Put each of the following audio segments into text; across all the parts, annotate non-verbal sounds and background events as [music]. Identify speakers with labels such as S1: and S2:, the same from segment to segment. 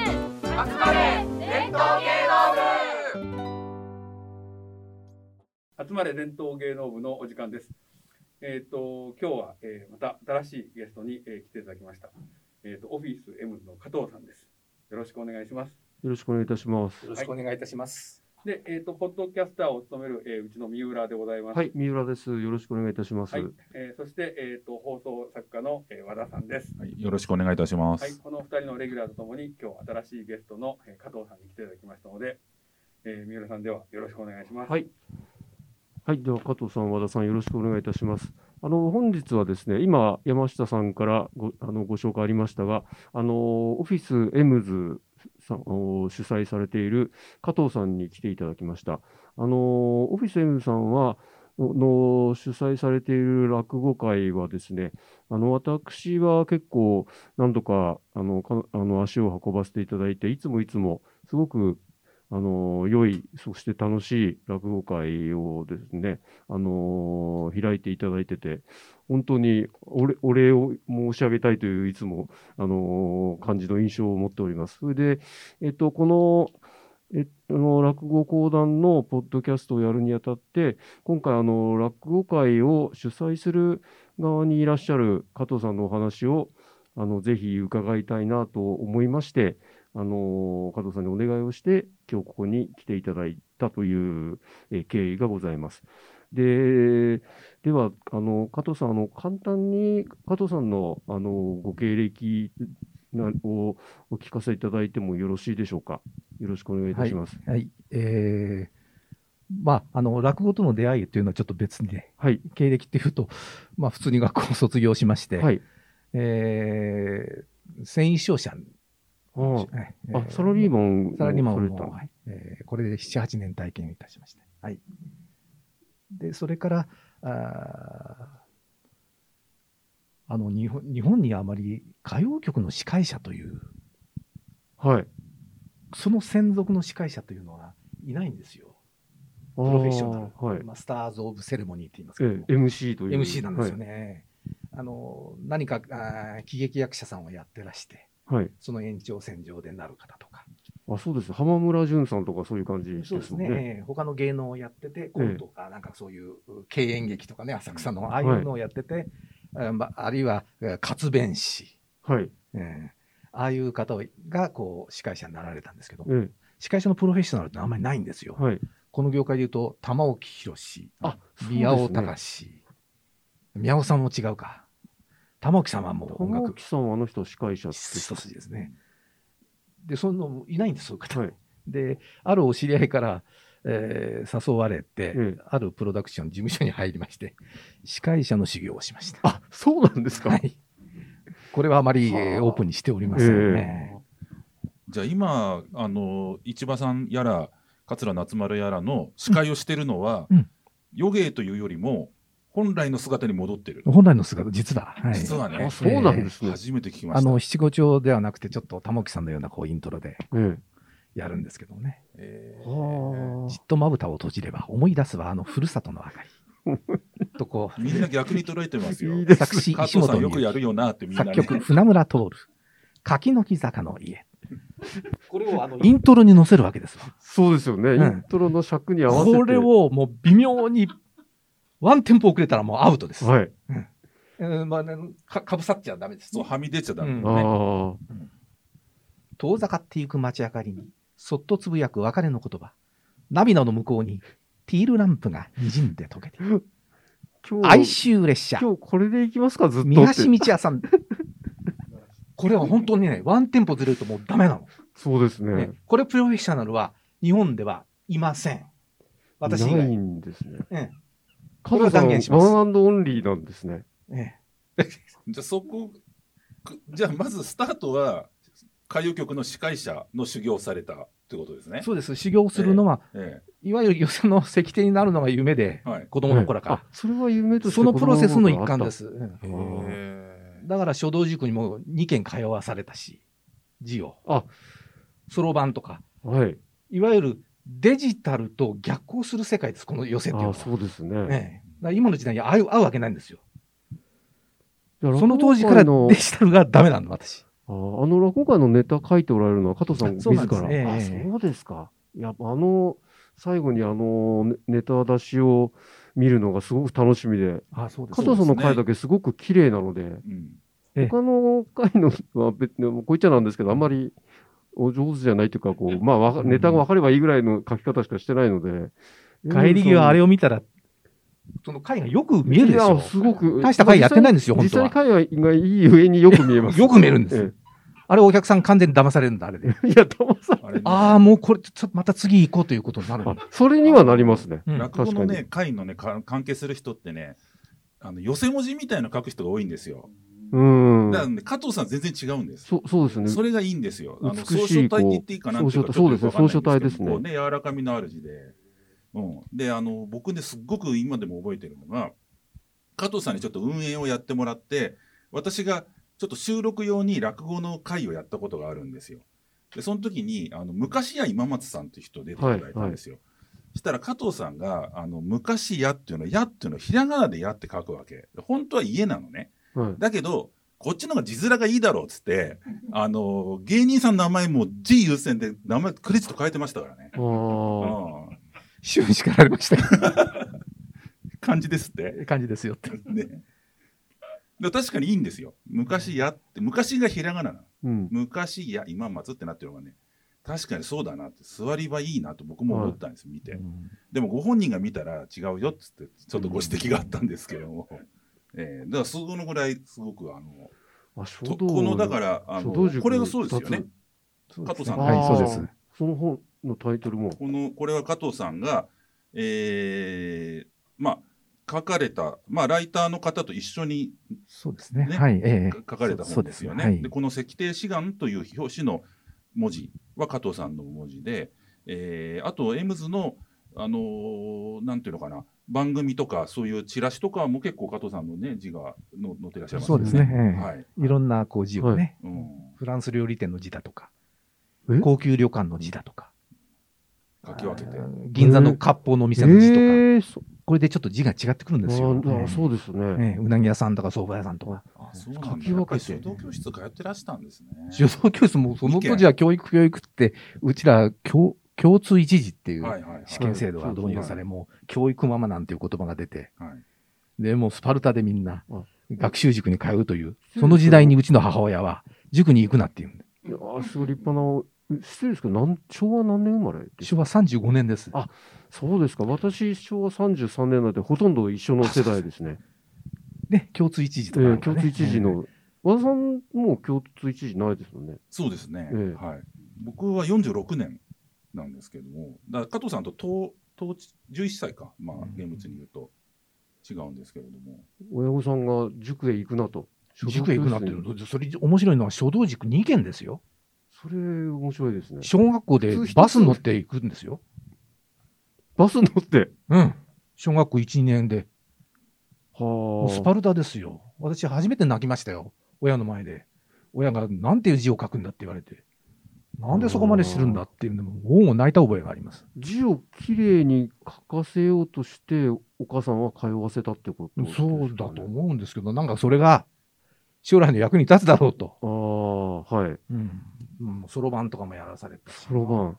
S1: 集まれ伝統芸能部
S2: 集まれ伝統芸能部のお時間です。えっ、と今日は、えーまた新しいゲストに、えー来ていただきました。えっ、とオフィス M の加藤さんです。よろしくお願いします。
S3: よろしくお願いいたします。
S4: よろしくお願いいたします。
S2: で、えっ、とポッドキャスターを務める、えーうちの三浦でございます。
S3: はい、三浦です。よろしくお願いいたします。
S2: はいえーそしてえっ、と放送作家の、えー和田さんです。
S5: はい、よろしくお願いいたしま
S2: はい、
S5: す。
S2: この二人のレギュラーとともに今日新しいゲストの、えー加藤さんに来ていただきましたので、えー三浦さんではよろしくお願いします。
S3: はい。はい、では加藤さん、和田さん、よろしくお願いいたします。あの本日はですね、今山下さんからごあのご紹介ありましたが、あのオフィスエムズさんを主催されている加藤さんに来ていただきました。あのオフィスエムズさんはのの主催されている落語会はですね、あの私は結構何度かあのかあの足を運ばせていただいて、いつもいつもすごくあの良い、そして楽しい落語会をですね、あの開いていただいてて、本当にお礼お礼を申し上げたいという、いつも、あの感じの印象を持っております。それで、えっと、この、えっと、あの落語講談のポッドキャストをやるにあたって、今回、あの、落語会を主催する側にいらっしゃる加藤さんのお話を、あの、ぜひ伺いたいなと思いまして、あの加藤さんにお願いをして、今日ここに来ていただいたという、えー経緯がございます。で、では、あの、加藤さん、あの、簡単に加藤さんの、あの、ご経歴なをお聞かせいただいてもよろしいでしょうか。よろしくお願いいたします。
S6: はい、えーまあ、あの、落語との出会いというのはちょっと別にね、
S3: はい。
S6: 経歴っていうと、まあ、普通に学校を卒業しまして、
S3: はい。
S6: えー繊維商社、
S3: あー
S6: はいえ
S3: あ、サラリー
S6: マ
S3: マンを
S6: サラリーマンを
S3: された
S6: もう、はいえーこれで7、8年体験いたしまして、はい。で、それから、あーあの日本日本にあまり歌謡曲の司会者という、
S3: はい。
S6: その専属の司会者というのがいないんですよ。
S3: プ
S6: プロフェッショナル、
S3: はい。
S6: マスターズ・オブ・セレモニーって言います
S3: え
S6: けど
S3: ー、
S6: も
S3: MC という。
S6: MC なんですよね。あの何かあー喜劇役者さんをやってらして、
S3: はい。はい。
S6: その延長線上でなる方とか、
S3: あ、そうです。浜村淳さんとかそういう感じです
S6: そうです
S3: もん
S6: ね、
S3: ね。
S6: ええ他の芸能をやってて、コントとか、なんかそういう敬遠劇とかね、浅草のああいうのをやってて、あまあるいはえー活弁士、
S3: はい。
S6: ええああいう方がこう司会者になられたんですけど
S3: え、ー
S6: 司会者のプロフェッショナルってあんまりないんですよ。
S3: はい。
S6: この業界でいうと、玉置宏、
S3: あ、
S6: 宮尾
S3: そうですね
S6: 隆、宮尾さんも違うか。玉置さんはもう音
S3: 玉
S6: 楽
S3: 置さんはあの人は司会者って
S6: 一筋ですね。で、そんなのいないんです、そういう方。
S3: はい
S6: で、あるお知り合いから、えー誘われて、
S3: ええ
S6: あるプロダクション事務所に入りまして、司会者の修行をしました。
S3: あ、そうなんですか。
S6: はい。これはあまり、
S3: はあ
S6: えーオープンにしておりませんね。
S5: じゃあ今あの市場さんやら桂夏丸やらの司会をしてるのは、
S6: うん
S5: 余芸というよりも本来の姿に戻ってる。
S6: 本来の姿、実は。はい
S5: 実はね
S3: あ、、そうなんですね。
S5: 初めて聞きま
S6: あ
S5: した
S6: の、。七五調ではなくて、ちょっと玉置さんのようなこうイントロで
S3: ええ
S6: やるんですけどね。
S5: えー
S3: は
S6: じっとまぶたを閉じれば思い出すはあのふるさとの明かり。とこ
S5: みんな逆に捉えてますよ
S3: いい。で
S6: う、
S3: す
S6: [laughs] 作詞
S5: 加
S6: 石
S5: 藤さ
S6: 本
S5: んよく
S6: 美
S5: や
S6: 由
S5: るよなってみんな
S6: 作
S5: ね。
S6: 曲船村徹、柿の木坂の家。
S4: これをあの
S6: イントロに載せるわけですわ。
S3: そうですよね。イ
S6: うん
S3: ントロの尺に合わせて。
S6: これをもう微妙に、ワンテンポ遅れたらもうアウトです。
S3: はい。
S6: えーまあねかかぶさっちゃダメです
S5: そう。はみ出ちゃダメ。
S6: うん
S3: ああ。
S6: 遠ざかっていく街明かりに、そっとつぶやく別れの言葉。涙の向こうに、ティールランプが滲んで溶けている。
S3: 今
S6: 哀
S3: 日、
S6: 愁列車。
S3: 今日これでいきますか、ずっとって。
S6: 三橋道也さん。これは本当にね、ワンテンポずれるともうダメな
S3: そうです
S6: の。
S3: ね
S6: ね。、これプロフェッショナルは日本ではいません。私以
S3: な
S6: 外。
S3: いんですね。
S6: え
S3: 加
S6: れ
S3: 藤
S6: は
S3: さん、
S6: 断
S3: ワ
S6: 言します
S3: ンアンドオンリーなんですね。
S6: ええ
S5: じゃあそこくじゃあまずスタートは歌謡曲の司会者の修行をされたってことです
S6: え
S5: ね。
S6: そうです。修行するのは、
S5: え
S6: いわゆる予選の石庭になるのが夢で
S5: え、はい。
S6: 子供の頃か
S3: あ、それは夢と
S6: ら。
S3: して。
S6: そのプロセスの一環ですす。うん
S3: あー
S6: だから書道塾にも2軒通わされたし、字を。
S3: あ
S6: そろばんとか。
S3: はい。
S6: いわゆるデジタルと逆行する世界です、この予選っていう
S3: あ
S6: の
S3: あ、
S6: は。
S3: そうですね。
S6: ええだから今の時代に合う合うわけないんですよ。
S3: そ
S6: その当時から
S3: の [laughs]
S6: デ、ジタルがダメなんだ、私。
S3: ああーあの落語会のネタ書いておられるのは加藤さん
S6: そ
S3: 自
S6: う
S3: ら。
S6: なんですええ
S3: あ
S6: ええ
S3: そうですか。いやあの最後にあのねネタ出しを見るのがすごく楽しみで、
S6: あそうです
S3: 加藤さんの回だけすごく綺麗なので、
S5: うん
S6: ええ
S3: 他の回のは別にこう言っちゃなんですけど、あんまりお上手じゃないというかこうまあわか
S6: うん
S3: ネタが分かればいいぐらいの書き方しかしてないので。
S6: 帰り際あれ
S3: を
S6: を見たら、その回がよく見えるでしょ。
S3: すごく
S6: 大した回やってないんですよ、本
S3: 実
S6: 当
S3: 際に
S6: は。
S3: 会話がいい上によく見えます。
S6: よく見えるんです
S3: え
S6: あれお客さん完全に騙されるんだ、あれで。
S3: えいや、騙さ
S5: あれね
S6: ああ、もうこれ、ちょっとまた次行こうということになる
S3: れ。あそれにはなりますね。
S6: うん
S5: 落語の
S3: 確
S5: ね会のねか関係する人ってねあの寄せ文字みたいなの書く人が多いんですよ。
S3: うん
S5: だ。からね加藤さん全然違うんです。
S3: そそうですね。
S5: それがいいんですよ。あの
S3: 美しい
S5: 草書体って言っていいかなっていう
S3: こう
S5: か
S3: 草書体
S5: ちょ
S3: そうですね草書体で
S5: っとよくわかんないん
S3: すね
S5: こうね柔らかみのある字で、うん、であの僕ねすっごく今でも覚えてるのが加藤さんにちょっと運営をやってもらって私がちょっと収録用に落語の会をやったことがあるんですよ。でその時にあの昔や今松さんっていう人出ていただいたんですよ。そしたら加藤さんがあの昔やっていうのやっていうのひらがなでやって書くわけ。本当は家なのね。
S3: はい
S5: だけど、こっちの方が字面がいいだろうっつって、あの、芸人さんの名前も字優先で名前、クレジット変えてましたからね。
S3: あー
S5: うん
S6: 週に叱られました。
S5: 感じですって。
S6: 感じですよって。
S5: ね。で確かにいいんですよ。昔やって、昔がひらがななの。
S3: うん。
S5: 昔や、今松ってなってるのがね、確かにそうだなって、座り場いいなと僕も思ったんです、見て。でもご本人が見たら違うよっつって、ちょっとご指摘があったんですけども。ええだからそのぐらい、すごく、あの、
S3: あ、書
S5: と
S3: 道
S5: この、だから、あ
S3: 書道塾
S5: の、これがそうですよね
S3: 二つ。
S5: 加藤さん
S3: あー
S6: はい、そうです。。
S3: その本のタイトルも。
S5: このこれは加藤さんが、えーまあ、書かれた、まあ、ライターの方と一緒に
S6: そうですね。
S5: ね
S6: はい、ええ
S5: 書かれた
S6: そ
S5: 本
S6: う
S5: ですよ
S6: そう
S5: ね。
S6: で
S5: です
S6: はい
S5: この「石庭志願」という表紙の文字は加藤さんの文字で、えーあとエムズの、あのーなんていうのかな番組とかそういうチラシとかも結構加藤さんの、ね、字がの載ってらっしゃいます
S6: そ
S5: よ
S6: うですね。ええ
S5: はい
S6: いろんなこう字をね、
S3: は
S5: うん、
S6: フランス料理店の字だとか
S3: え、
S6: 高級旅館の字だとか、
S5: 書き分けて
S6: あ。ー銀座の割烹のお店の字とか、
S3: えーそ
S6: これでちょっと字が違ってくるん
S3: あ
S6: ですよ。
S3: ーあ
S6: ええ
S3: そうですね。
S6: ええうなぎ屋さんとか蕎麦屋さんとか、
S5: あそう
S3: 書
S5: なん
S3: き分けて
S5: だやっぱり書道教室通ってらしたんですね。
S6: 書道教室もその当時は教育教育って、うちら教共通一時っていう
S5: はいはいはい
S6: 試験制度が導入され、もう教育ママなんていう言葉が出て、
S5: はい
S6: で、もうスパルタでみんな
S3: うん
S6: 学習塾に通うという、その時代にうちの母親は塾に行くなっていうんで、
S3: いやーすごい立派な。失礼ですけど、なん昭和何年生まれです
S6: 昭和35年です。
S3: あそうですか。私、昭和33年なんで、ほとんど一緒の世代ですね。
S6: ね、共通一時
S3: え
S6: とかなん
S3: ー、
S6: かね、
S3: 共通一時の。和田さん、もう共通一時ないですもんね。
S5: そうですね、
S3: ええ
S5: はい、僕は46年なんですけども、だから加藤さんと当当時11歳か、まあ、厳密に言うと違うんですけれども、
S3: 親御さんが塾へ行くなと。
S6: 塾へ行くなってい
S3: 書道教室に
S6: うの、それ面白いのは書道塾2軒ですよ。
S3: それ、面白いですね。
S6: 小学校で
S3: 普通一つ
S6: バス乗って行くんですよ。
S3: バス乗って。
S6: うん。小学校1、2年で。も
S3: は
S6: うスパルタですよ。私初めて泣きましたよ。親の前で。親がなんていう字を書くんだって言われて。なんでそこまでするんだっていうのも、もう泣いた覚えがあります。
S3: 字をきれいに書かせようとして、お母さんは通わせたってことですか
S6: そ
S3: ね、
S6: うだと思うんですけど、なんかそれが将来の役に立つだろうと。
S3: 思う。ああ、はい。
S6: うん。うんそろばんとかもやらされて。
S3: そろばん。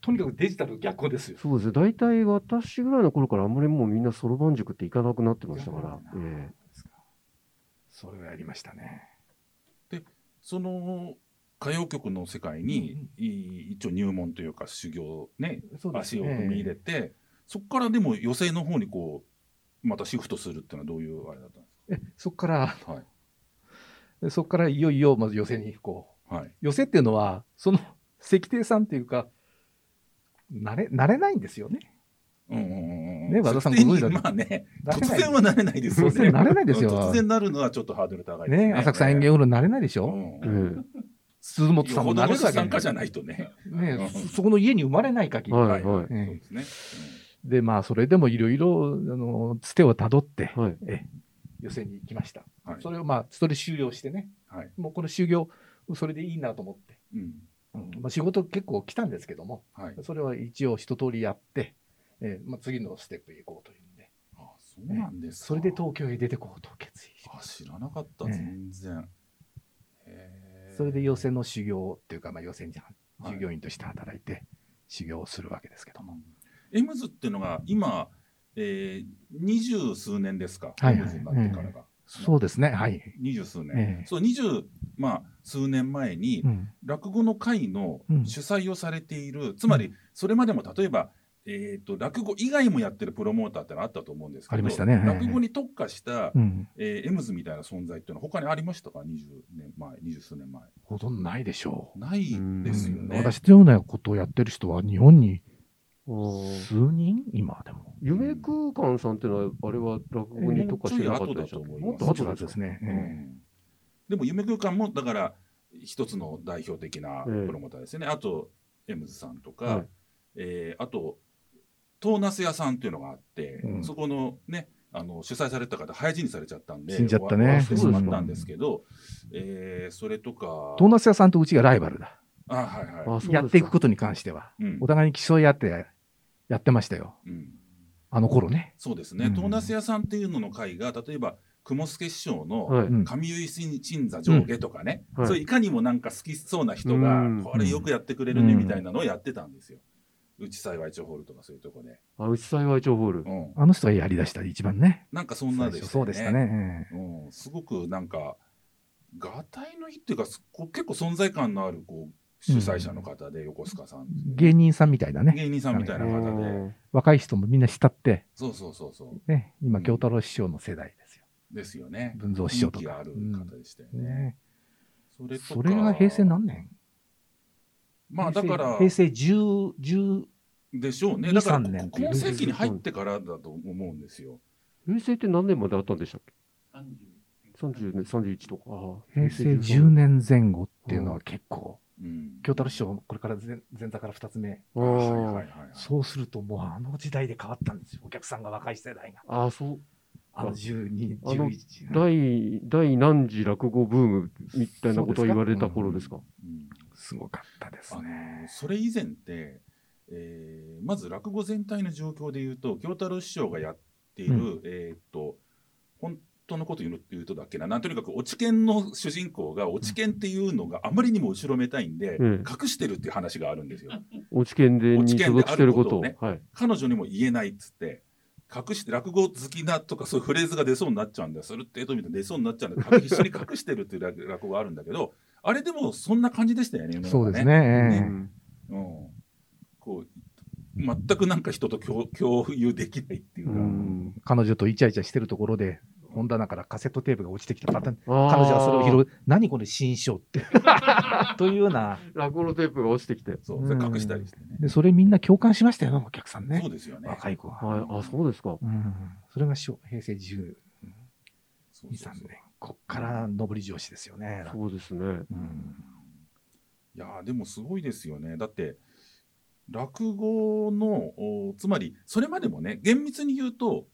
S4: とにかくデジタル逆行ですよ。
S3: そうですね。大体私ぐらいの頃からあんまりもうみんなそろばん塾って行かなくなってましたから。え
S6: それをやりましたね。
S5: その歌謡曲の世界に、い一応入門というか、修行、ね、
S6: そうです
S5: 足
S6: ね
S5: を踏み入れて、そこからでも寄席の方にこう、またシフトするっていうのはどういうあれだったんで
S6: そこから、
S5: すか、はい
S6: そこからいよいよまず寄席に行こう。
S5: はい、
S6: 寄席っていうのは、その石亭さんっていうか、慣れ、慣れないんですよね。
S5: うんうんうんうん
S6: ね和田さん
S5: 突然に
S6: ご存知
S5: [laughs]
S6: だ
S5: まあね、
S6: 慣れ
S5: 突
S6: ない
S5: 然はなれないですよね。
S6: 突然なれないですよ
S5: うん突然なるのはちょっとハードル高いですね。
S6: ね、浅草演芸ホールになれないでし
S5: う
S6: ょ、
S5: ん
S3: ええ
S6: 鈴本さんもなれ
S5: よほどの
S6: るわけ
S5: 参加じゃないとね。
S6: ね
S5: うん
S6: そそこの家に生まれない限
S3: え
S6: り、
S3: はい、はい。
S5: そう
S6: ええ
S5: ですね。
S6: で、まあ、それでもいろいろ、あの、つてをたどって、
S3: はい。
S6: ええ寄席に行きました。
S5: うんはい
S6: それをまあ、それ修行してね、
S5: はい
S6: もうこの修行、それでいいなと思って、
S5: うん
S6: うんまあ、仕事結構来たんですけども、
S5: はい。
S6: それは一応一通りやって、ええまあ、次のステップへ行こうというんで、
S5: あ、そうなんですか。
S6: それで東京へ出てこうと決意しまし
S5: あ、知らなかった、
S6: ええ
S5: 全然。へ
S6: それで寄席の修行っていうか、まあ、寄席に従業員として働いて修行をするわけですけども。
S5: エムズっていうのが今、えー、二十数年ですか、
S6: はいはい
S5: エムズになってからが。
S6: そうですね、はい。
S5: 二十数年、
S6: ええ
S5: そう二十まあ数年前に
S6: うん
S5: 落語の会の
S6: うん
S5: 主催をされている、つまりそれまでも例えば、えー、と落語以外もやってるプロモーターってのあったと思うんですけど
S6: ありましたねはい
S5: 落語に特化した、
S6: うん、
S5: えーエムズみたいな存在っていうのは他にありましたか20年前20数年前
S6: ほとんどないでしょ
S5: ないですよ
S6: う。
S5: ね、
S6: 私のようなことをやってる人は日本に
S3: ー
S6: 数人今でも。
S3: 夢空間さんっていうのは、あれは落語にとかしてなかったでしょ
S5: もうちょい後だと思います
S3: もっと後なんです
S6: で
S3: か
S6: すね。
S5: う
S6: ええ
S5: んでも夢空間もだから一つの代表的なプロモーターですよね、あとエムズさんとか、
S3: はい
S5: えーあとトーナス屋さんっていうのがあって、
S6: うん
S5: そこのねあの主催されてた方廃人にされちゃったんで
S6: 死んじゃったね
S5: 終わってしまったんですけど、えーそれとか
S6: ドーナツ屋さんとうちがライバルだ。
S5: あはいはい
S3: あそうですか
S6: やっていくことに関しては。
S5: うん
S6: お互いに競い合ってやってましたよ。
S5: うん
S6: あの頃ね。
S5: そうですね、
S6: うん
S5: トーナス屋さんっていうのの会が例えば雲助師匠の、
S3: はい。
S6: うん
S5: 上結新座上下とかね、
S3: うんはい
S5: そうい、かにもなんか好きそうな人が、
S3: うん
S5: これよくやってくれるね
S6: うん
S5: みたいなのをやってたんですよ。うち幸い町ホールとかそういうとこで。
S3: あ、内幸い町ホール
S5: う。ん、
S6: あの人がやりだした一番ね。
S5: なんかそんなで
S6: 最
S5: したよね。
S6: 初そうでしたね。ええ
S5: うん、すごくなんか、がたいの日っていうか、すこう結構存在感のあるこう主催者の方で、横須賀さん、
S6: 芸人さんみたいなね。
S5: 芸人さんみたいな方で、
S3: う
S6: 若い人もみんな慕って、
S5: そうそうそうそう、
S6: ね、
S5: う
S6: 今、
S5: ん
S6: 京太郎師匠の世代ですよ。
S5: ですよね。
S6: 文蔵師匠と
S5: 気が
S6: か
S5: あ。る
S6: うん
S5: 方でしたよね。
S6: ね
S5: それとか
S6: それが平成何年
S5: まあだから、
S6: 平成10、10、
S5: でしょうね。
S6: 2
S5: だから
S6: 3年、
S5: 今世紀に入ってからだと思うんですよ。
S3: ん平成って何年まであったんでしたっけ ?30 年、31とか。あ
S6: 平成10。年前後っていうのは結構、
S5: うん
S6: 京太郎師匠、これから前前座から2つ目。
S3: あ
S5: はいはいは
S3: ー
S5: いはい
S6: そうするともうあの時代で変わったんですよ。お客さんが若い世代が。
S3: あー、そう。
S6: あの12、
S3: あの
S6: 11。
S3: 第、第何次落語ブームみたいなことを言われた頃ですか。
S5: うん
S6: すごかったです
S5: あの
S6: ね。
S5: それ以前って、えーまず落語全体の状況で言うと京太郎師匠がやっている、
S6: う
S5: えーっと本当のこと言うの言うとだっけななんとにかく落研の主人公が落研っていうのがあまりにも後ろめたいんで、
S3: うん
S5: 隠してるっていう話があるんですよ。
S3: 落ち研で
S5: 落
S3: に
S5: 研で
S3: 所属してること
S5: あ
S3: を。
S5: る
S3: はい。
S5: 彼女にも言えないっつって隠して落語好きなとかそういうフレーズが出そうになっちゃうんだよそれってえとみたいな出そうになっちゃうんだよ一緒に隠してるっていう落落語があるんだけどあれでもそんな感じでしたよね世の中
S6: そうです
S5: ね
S6: ね。ええ
S5: うん、こう全くなんか人と共共有できないっていうか、
S3: うん
S6: 彼女とイチャイチャしてるところで、本棚からカセットテープが落ちてきたパターン。
S3: 彼
S6: 彼女はそれを拾う。何これ、新
S5: [laughs]
S6: 章って。というような。
S3: 落語のテープが落ちてきて。
S5: そうそれ隠したりしてね、
S6: で、それみんな共感しましたよね、お客さんね
S5: そう。ですよね
S6: 若い子は。
S3: はい。あ、そうですか。
S6: うん。それが昭平成12、
S5: そうそう
S6: 3
S5: そう
S6: 年。こっから上り調子ですよね。
S3: そうですね。
S6: うん。
S5: いやーでもすごいですよねだって落語のおつまりそれまでもね厳密に言うと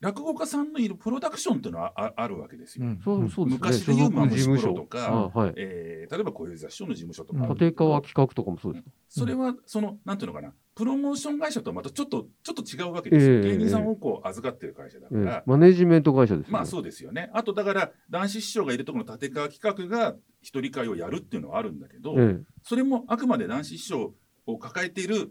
S5: 落語家さんのいるプロダクションっていうのはああるわけですよ。
S6: うん
S3: そうそうですね。
S5: 昔で言う
S3: 所属事務所
S5: マムシプロとか
S3: あはい。
S5: えー例えば小遊三師匠の事務所とか、
S6: うん
S3: 立川企画とかもそうですか。
S5: それはそのなんていうのかなプロモーション会社とはまたちょっとちょっと違うわけですよ、
S3: ええ
S5: 芸人さんをこう預かってる会社だか
S3: ええ
S5: ら、
S3: マネジメント会社ですね。
S5: まあそうですよねあとだから男子師匠がいるところの立川企画が一人会をやるっていうのはあるんだけど、
S3: え
S5: それもあくまで男子師匠を抱えている、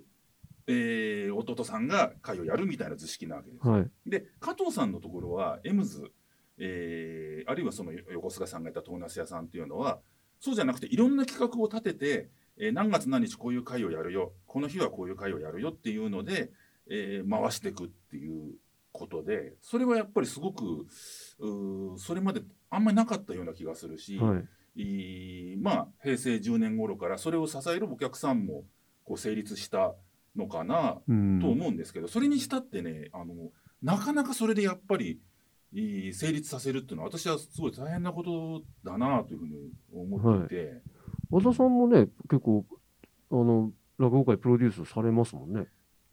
S5: えー弟さんが会をやるみたいな図式なわけです
S3: え。。はい。
S5: で加藤さんのところはエムズ、えーあるいはその横須賀さんがいたトーナス屋さんっていうのはそうじゃなくていろんな企画を立てて、えー何月何日こういう会をやるよこの日はこういう会をやるよっていうので、えー回していくっていうことでそれはやっぱりすごくうーそれまであんまりなかったような気がするし、
S3: はい。
S5: いまあ平成10年頃からそれを支えるお客さんもこう成立したのかな
S3: うん
S5: と思うんですけど、それにしたってねあのなかなかそれでやっぱりいい成立させるっていうのは私はすごい大変なことだなというふうに思っていて、
S3: 和田さんもね、結構、あの、落語界プロデュースされますもんね。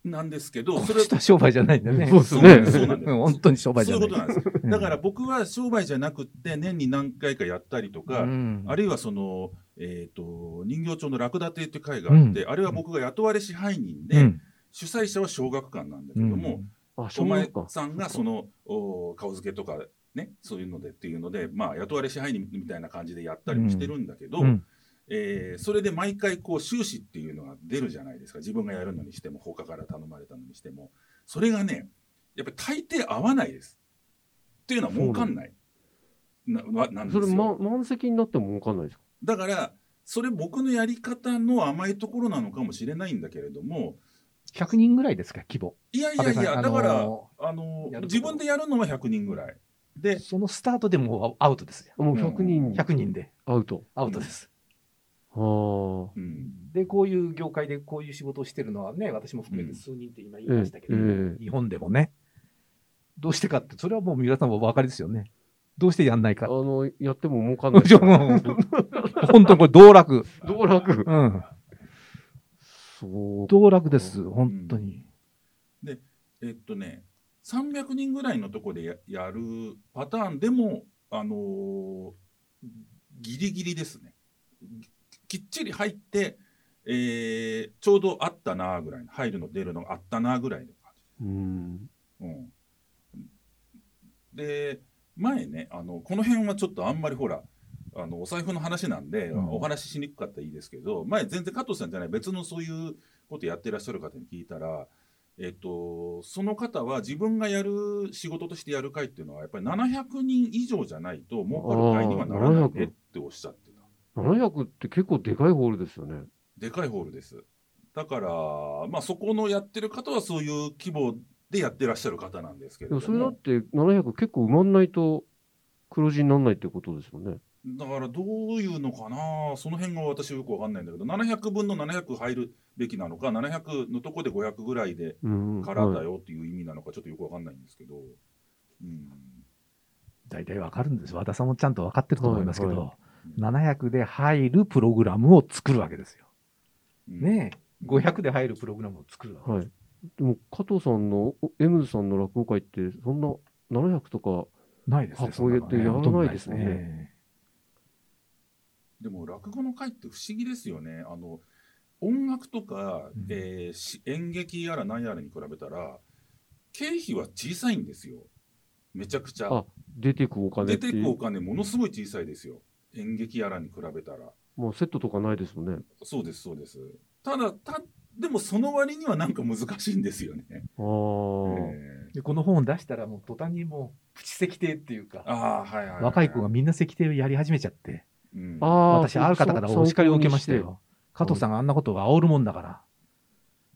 S5: なんですけど
S6: こ
S5: そ
S6: う
S5: れは
S6: した商売じゃないんだね。
S3: そうですね
S5: そうなんです
S6: ん [laughs] 本当に商売じ
S5: そうい
S6: ゃ
S5: う
S6: な
S5: こと
S6: い。
S5: なんですだから僕は商売じゃなくって年に何回かやったりとか、
S6: うん
S5: あるいはその、えー、と人形町のラクダ亭っていう会があって、あれは僕が雇われ支配人で、
S6: うん
S5: 主催者は小学館なんだけ
S6: う
S5: ど
S6: ん
S5: も、
S3: あ、
S5: お
S3: 小
S5: 前
S3: 学か。
S5: さんがそのお顔付けとかね、そういうのでっていうので、まあ、雇われ支配人みたいな感じでやったりもしてるんだけど、
S6: うん
S5: えーそれで毎回こう収支っていうのが出るじゃないですか自分がやるのにしても他から頼まれたのにしてもそれがねやっぱり大抵合わないですっていうのは儲かんないなわなんで
S3: そ
S5: すよ
S3: れ、ま、満席になっても儲かんないですか
S5: だからそれ僕のやり方の甘いところなのかもしれないんだけれども
S6: 100人ぐらいですか、規模。
S5: いやいやいや
S6: 安倍さん
S5: だから、あ
S6: あの
S5: の
S6: やるとこ
S5: 自分でやるのは100人ぐらいで
S6: そのスタートでもうアウトですよ。
S3: もう100人
S6: 100人で
S3: アウト。
S6: アウトです。
S3: あ
S5: うん
S6: で、こういう業界でこういう仕事をしてるのはね、私も含め
S5: う
S6: て
S5: ん
S6: 数人って今言い
S3: あ。え
S6: ましたけど、
S3: ええ
S6: 日本でもね。どうしてかって、それはもう皆さんお分かりですよね。どうしてやんない
S3: えあ [laughs]
S6: か。
S3: の、やっても儲かんない。 [laughs]
S6: 本当にこれ、道楽。
S3: 道楽。
S6: うん。
S3: そう。
S6: 道楽です、本当に。
S5: えっとね、300人ぐらいのとこでややるパターンでも、あのーギリギリですね。ききっちり入って、えーちょうどあったなーぐらいの、入るの出るのがあったなーぐらいの感
S3: う
S5: じ。
S3: ん。
S5: うん、で、前ねあの、この辺はちょっとあんまりほら、あのお財布の話なんで、
S6: うん
S5: お話ししにくかったらいいですけど、前、全然加藤さんじゃない、別のそういうことやってらっしゃる方に聞いたら、えっと、その方は自分がやる仕事としてやる会っていうのは、やっぱり700人以上じゃないと、儲かる会にはならないねっておっしゃってた。
S3: 700って結構でかいホールですよね。
S5: でかいホールです。だから、まあ、そこのやってる方はそういう規模でやってらっしゃる方なんですけ
S3: で
S5: れど
S3: も
S5: も。
S3: それだって700結構埋まんないと黒字にならないってことですもんね。
S5: だからどういうのかな、その辺が私よくわかんないんだけど、700分の700入るべきなのか、700のとこで500ぐらいで
S3: うん。
S5: から
S3: は
S5: だ
S3: い
S5: よっていう意味なのか、ちょっとよくわかんないんですけど、うん、
S6: 大体わかるんです。和田さんもちゃんと分かってると思いますけど、
S3: はいは
S6: 700で入るプログラムを作るわけですよ。
S5: うん
S6: ねえ、500で入るプログラムを作るわけ。
S3: はい。でも加藤さんの、おエムズさんの落語会ってそんな700とか、
S6: ないですね。
S3: あそうやってやらないですね
S6: ほとんどね
S5: でも落語の会って不思議ですよね、あの音楽とか、
S6: うん
S5: えーし演劇やら何やらに比べたら、経費は小さいんですよ、めちゃくちゃ。
S3: あ出てくお金っ
S5: 出
S3: て
S5: て
S3: い
S5: くお
S3: う。
S5: 金、ものすごい小さいですよ、演劇やらに比べたら。
S3: もうセットとかないですもんね。
S5: そうです、そうです。ただ、た、でもその割にはなんか難しいんですよね。
S3: ああ、
S5: え
S6: でこの本を出したら、もう途端にもう、プチ石庭っていう
S5: ー
S6: か、
S5: ああ、はいはいはい、
S6: 若い子がみんな石庭をやり始めちゃって、
S5: うん、
S3: ああ。
S6: 私、ある方からお叱りを受けましたよ。加
S3: 参考にして
S6: 藤さんがあんなことを煽るもんだから。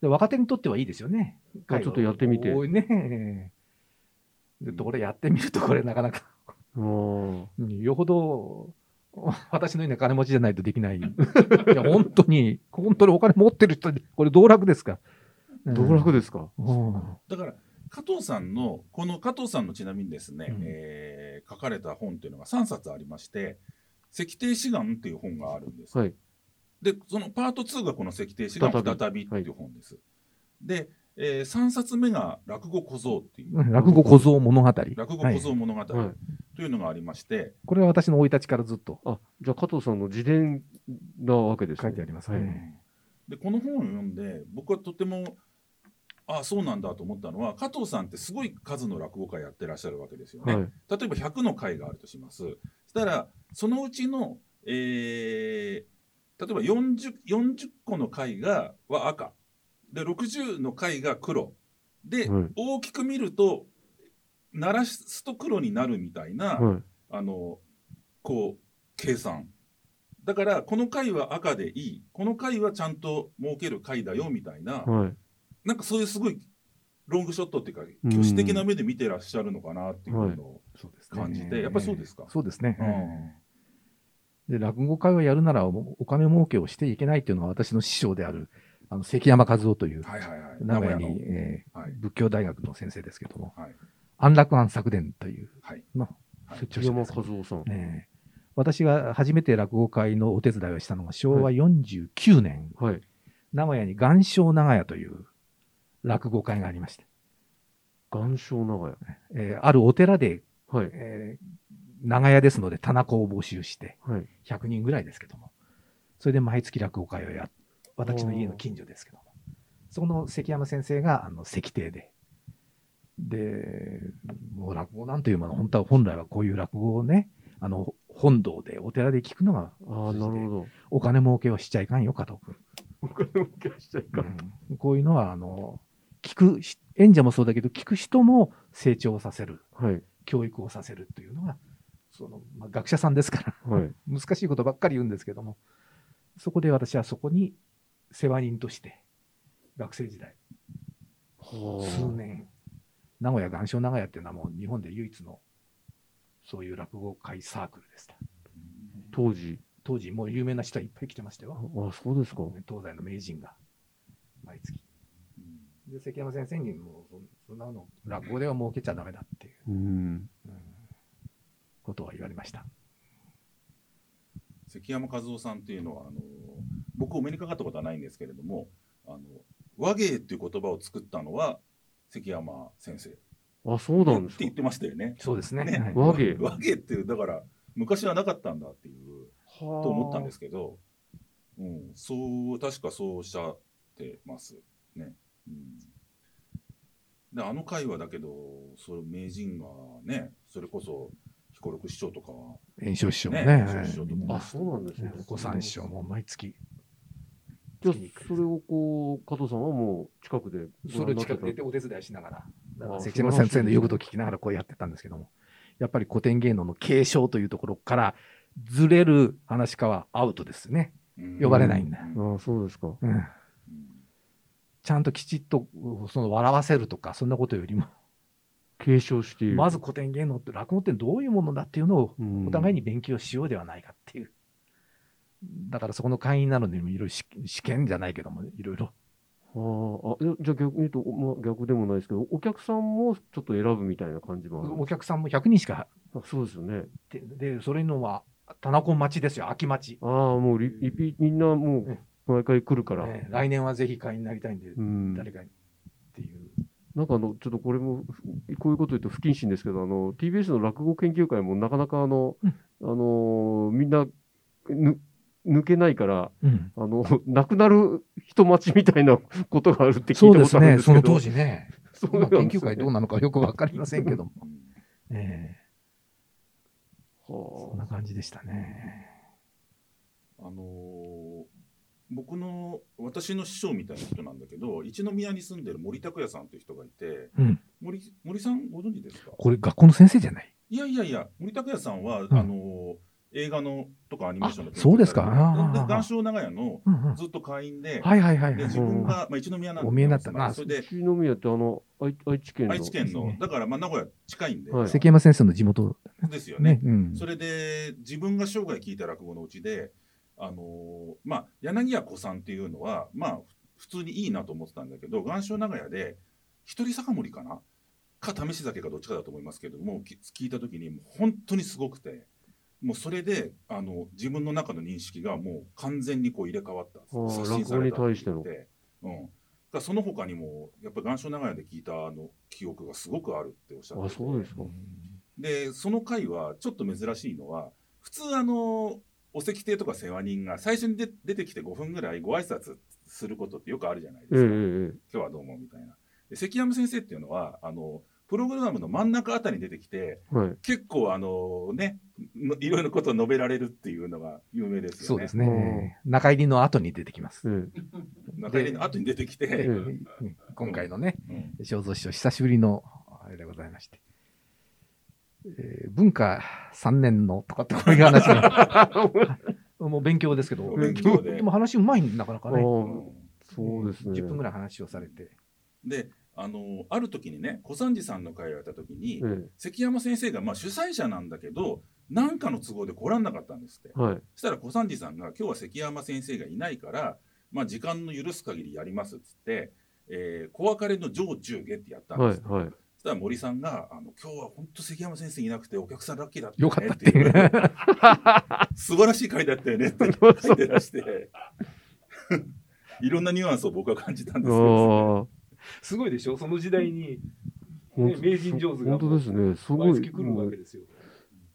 S6: で若手にとってはいいですよね。
S3: あちょっとやってみて
S6: 会話をねえ。で、これやってみると、これなかなか。
S3: 参考にして。
S6: うんよほど、 [laughs] 私のような金持ちじゃないとでき [laughs] ない。いや、本当に、本当にお金持ってる人に、これ道楽ですか。
S3: ああ。道楽
S6: で、
S3: ですか。
S6: うん
S5: だから、加藤さんの、この加藤さんのちなみにですね、
S6: うん
S5: えー書かれた本というのが3冊ありまして、石庭志願っていう本があるんです。
S3: はい。
S5: で、そのパート2がこの石庭志願
S3: 再び
S5: 再びっていう本です。で、え3冊目が落語小僧っていう、
S6: うん落語小僧物語。
S5: 落語
S6: は
S5: 小
S6: い
S5: 僧物語と
S3: はい。
S5: いうのがありまして、
S6: これは私の生い立ちからずっと
S3: あ、じゃあ加藤さんの自伝なわけです、
S6: 書いてあります
S3: はい
S6: ね。
S5: でこの本を読んで僕はとてもああそうなんだと思ったのは加藤さんってすごい数の落語会やってらっしゃるわけですよね。
S3: はい。
S5: 例えば100の会があるとします。したらそのうちの、えー例えば 40, 40個の会がは赤で60の会が黒で、
S3: はい
S5: 大きく見ると鳴らすと黒になるみたいな、
S3: はい。
S5: あのこう計算だからこの回は赤でいいこの回はちゃんと儲ける回だよみたいな、
S3: はい。
S5: なんかそういうすごいロングショットっていうか
S3: ん
S5: 挙手的な目で見てらっしゃるのかなっていうのを、
S6: そうです
S5: 感じてやっぱりそうですか
S6: そうですね。
S5: うん
S6: で、落語会をやるならおお金儲けをしていけないっていうのは私の師匠である、あの、関山和夫という、
S5: はいはいはい
S6: 名古屋
S5: の
S6: に、えー
S5: はい
S6: 仏教大学の先生ですけども、
S5: はい
S6: 安楽庵作伝という
S5: はい
S6: の、
S5: はい
S3: 関山和夫さん。
S6: えー私が初めて落語会のお手伝いをしたのが昭和49年、
S3: はい。
S6: 名古屋に岩礁長屋という落語会がありまして、
S3: 岩礁長屋。
S6: えーあるお寺で、
S3: はい。
S6: えー長屋ですので田中を募集して、
S3: はい。
S6: 100人ぐらいですけども、それで毎月落語会をやっ、私の家の近所ですけども、そこの関山先生があの石庭で、で、もう落語なんていうもの、本当は本来はこういう落語をね、あの、本堂で、お寺で聞くのが、
S3: ああ、なるほど。
S6: お金儲けはしちゃいかんよ、加藤君。
S3: お金儲けはしちゃいかん。
S6: うんこういうのは、あの、聞くし、演者もそうだけど、聞く人も成長させる、
S3: はい。
S6: 教育をさせるというのが、その、まあ、学者さんですから、
S3: はい。
S6: 難しいことばっかり言うんですけども、そこで私はそこに世話人として、学生時代、数
S3: は
S6: 年、名古屋岩礁長屋っていうのはもう日本で唯一のそういう落語会サークルでした。
S3: あ。当時。
S6: 当時もう有名な人はいっぱい来てました
S3: あ
S6: よ。、
S3: そうですか。
S6: 東西の名人が、毎月。で、関山先生にもうそんなの落語では儲けちゃダメだっていう
S3: うん。
S6: うんことは言われました。
S5: 関山和夫さんっていうのはあの僕お目にかかったことはないんですけれどもあの和芸っていう言葉を作ったのは関山先生
S3: あ、そうなんで
S5: って
S3: すか
S5: 言っ。てましたよね。
S6: そうです
S5: ね
S6: はい
S3: 和
S5: [laughs]
S3: 芸。
S5: 和芸っていうだから昔はなかったんだっていう
S3: と。
S5: と思ったんですすけど、うん、そう確かそうおっしゃってますね。うん、であの会はだけどそれ名人がねそれこそ彦六師匠とかは
S6: 炎症師匠もね。
S5: ね
S6: はい
S5: 炎症師匠とか
S3: あ、そうなんですね。
S6: お子さん師匠も毎月。
S3: じゃあ、それをこう、加藤さんはもう近くで
S6: それを近くで
S3: て
S6: お手伝いしながら、だから
S3: あ
S6: 関山先生の言うことを聞きながらこうやってたんですけども、やっぱり古典芸能の継承というところから、ずれる話家はアウトですね。
S5: うん
S6: 呼ばれないんだ
S5: うん
S3: ああ、そうですか。
S6: うんちゃんときちっとうその笑わせるとか、そんなことよりも、
S3: 継承している。
S6: まず古典芸能って落語ってどういうものだっていうのを
S3: うん、
S6: お互いに勉強しようではないかっていう。だからそこの会員なのにもいろいろ試試験じゃないけども、いろいろ。
S3: あーあ、えじゃあ逆に言うと、おまあ、逆でもないですけど、お客さんもちょっと選ぶみたいな感じもある
S6: お客さんも100人しか
S3: あそうですよね。
S6: で、でそれのは、田中町ですよ、秋町。
S3: ああ、もうリリピ、みんなも
S6: え
S3: う毎回来るから。
S6: ね来年はぜひ会員になりたいんで、
S3: うん、
S6: 誰かにっていう。
S3: なんかあの、ちょっとこれも、ふこういうこと言うと不謹慎ですけど、あの、TBS の落語研究会もなかなかあの、
S6: うん
S3: あのーみんな、ぬ、抜けないから、
S6: うん、
S3: あの、亡くなる人待ちみたいなことがあるって聞
S6: そ
S3: いうたこ
S6: で
S3: と
S6: す
S3: あるん
S6: ね、
S3: です
S6: そ
S3: けど。
S6: の当時 [laughs] ね。
S3: そうなんで
S6: 今
S3: すよ
S6: 研
S3: ね
S6: 究会どうなのかよくわかりませんけども。 [laughs] ええそん
S3: は
S6: な感じでしたね。
S5: あのー僕の私の師匠みたいな人なんだけど一宮に住んでる森拓也さんという人がいて
S6: うん、
S5: 森森さんご存知ですか
S6: これ学校の先生じゃない。
S5: いやいやいや森拓也さんは、
S6: ん
S5: あのー映画のとかアニメーションの
S6: あそうですか
S5: なんで
S6: あー
S5: 岩礁長屋の
S6: うんうん、
S5: ずっと会員で,、
S6: はいはいはい
S5: で
S6: は
S5: 自
S6: い。
S5: 分が、まあ、一宮なん
S6: お見えになった
S5: まあ
S6: な
S5: それ
S3: あ。
S5: で
S3: 一宮ってあの、愛愛知県の。
S5: 愛知県の、
S6: そうですね
S5: だからまあ名古屋近いんで、
S3: はい
S6: 関山先生の地元
S5: ですよね
S6: ね。うん、
S5: それで自分が生涯聞いた落語のうちで、あのーまあ、柳家子さんっていうのは、まあ、ふ普通にいいなと思ってたんだけど岩礁長屋で一人酒盛りかなか試し酒かどっちかだと思いますけれどもき聞いた時にもう本当にすごくてもうそれであの自分の中の認識がもう完全にこう入れ替わった
S3: ー
S5: 刷新され
S3: 落
S5: た
S3: 語に対しての
S5: って言ってうん、だからその他にもやっぱ岩礁長屋で聞いたあの記憶がすごくあるっておっしゃって
S3: あ、
S5: て
S3: そうですか。
S5: でその回はちょっと珍しいのは普通あのお席亭とか世話人が最初にで出てきて5分ぐらいご挨拶することってよくあるじゃない
S3: え
S5: です
S3: ええ
S5: か、
S3: え
S5: 今日はどうもみたいなで関山先生っていうのはあのプログラムの真ん中あたりに出てきて
S3: ええはい。
S5: 結構あのねのいろいろことを述べられるっていうのが有名ですよね。
S6: そうですね。中入りの後に出てきます。
S3: ええ
S5: 中入りの後に出てきて、
S6: で
S3: え
S6: うん今回のね、
S5: うん
S6: 正蔵師匠、久しぶりのあれでございまして、えー文化3年のとかってこういう話 [laughs] がもう勉強ですけど、
S5: お勉強で
S6: でも話うまいんなかな
S3: [laughs]
S6: か
S3: あ
S6: ね、
S5: う
S3: ー
S5: ん
S3: そうですね。
S6: 10分ぐらい話をされて、
S5: であのある時にね小三治さんの会をやった時に、
S3: え
S5: 関山先生がまあ主催者なんだけど何かの都合で来らんなかったんですって
S3: えはい。
S5: そしたら小三治さんが今日は関山先生がいないから、まあ、時間の許す限りやりますっつって、えー小別れの上中下ってやったん
S3: は
S5: で
S3: い
S5: す、。
S3: はい。
S5: そしたら森さんがあの今日は本当関山先生いなくてお客さんラッキーだった
S6: よかったってい
S5: ね
S6: う
S5: っていう [laughs] 素晴らしい回だったよねって書いてらして [laughs] いろんなニュアンスを僕は感じたん
S3: あ
S5: ですけど、
S3: あ。
S4: すごいでしょその時代に
S3: 本
S4: ね
S3: 当
S4: 名人上手が
S3: 本当ですね。すごい。
S4: 毎月来るわけですよ。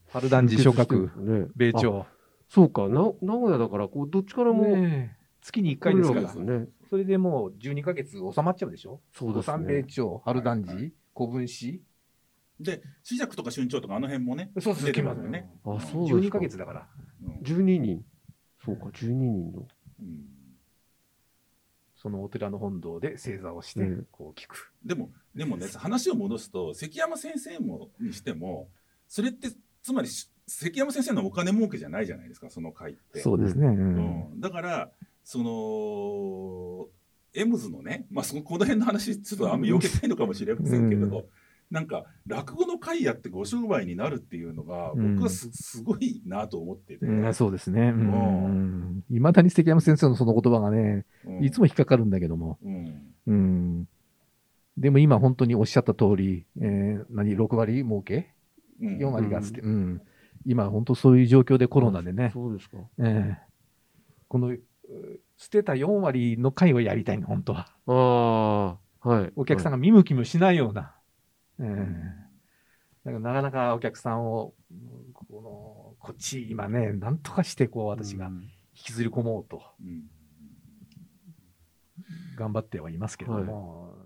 S6: 春団寺昇格、
S3: ね、
S6: 米
S3: あ。
S6: 朝、
S3: そうか、な名古屋だから、こうどっちからも、
S6: ねえ月に1回ですか
S3: 来る
S6: ら
S3: わけ、ですね。
S6: それでもう12ヶ月収まっちゃうでしょ、
S3: そう
S6: 五
S3: です
S6: 三
S3: ね
S6: 米。朝、春団寺、
S7: 古文詩
S5: で、四尺とか春鳥とかあの辺もね、
S7: そう
S5: 出てますよね。
S3: あ、そうですか。
S7: 12ヶ月だから。
S5: うん
S3: 12人。そうか、12人の。
S5: うん
S7: そのお寺の本堂で正座をして
S3: うん、
S7: こう聞く。
S5: でも、でもね、話を戻すと、関山先生もにしても、それって、つまりし関山先生のお金儲けじゃないじゃないですか、その会って。
S6: そうですね。う
S5: うんん、だから、その、エムズのね、まあ、そのこの辺の話、ちょっとあんまり避けたいのかもしれませんけれど、
S6: う
S5: なんか、落語の会やってご商売になるっていうのが、
S6: うん
S5: 僕はすすごいなと思ってて、
S6: うんそうですね。
S5: う
S6: いまだに関山先生のその言葉がね、
S5: うん
S6: いつも引っかかるんだけども。
S5: うん
S6: うんでも今本当におっしゃった通り、えー何、6割儲け
S5: うん、
S6: ?4 割がつって、うん今本当そういう状況でコロナでね、
S3: そうですか。
S6: ええこの、う捨てた4割の会をやりたいの、本当は。
S3: ああ、はい。
S6: お客さん
S3: が。
S6: が見向きもしないような。ええだからなかなかお客さんを、うんこの、こっち今ね、なんとかしてこう私が
S3: うん。
S6: 引きずり込もうと
S5: うん
S6: 頑張ってはいますけども、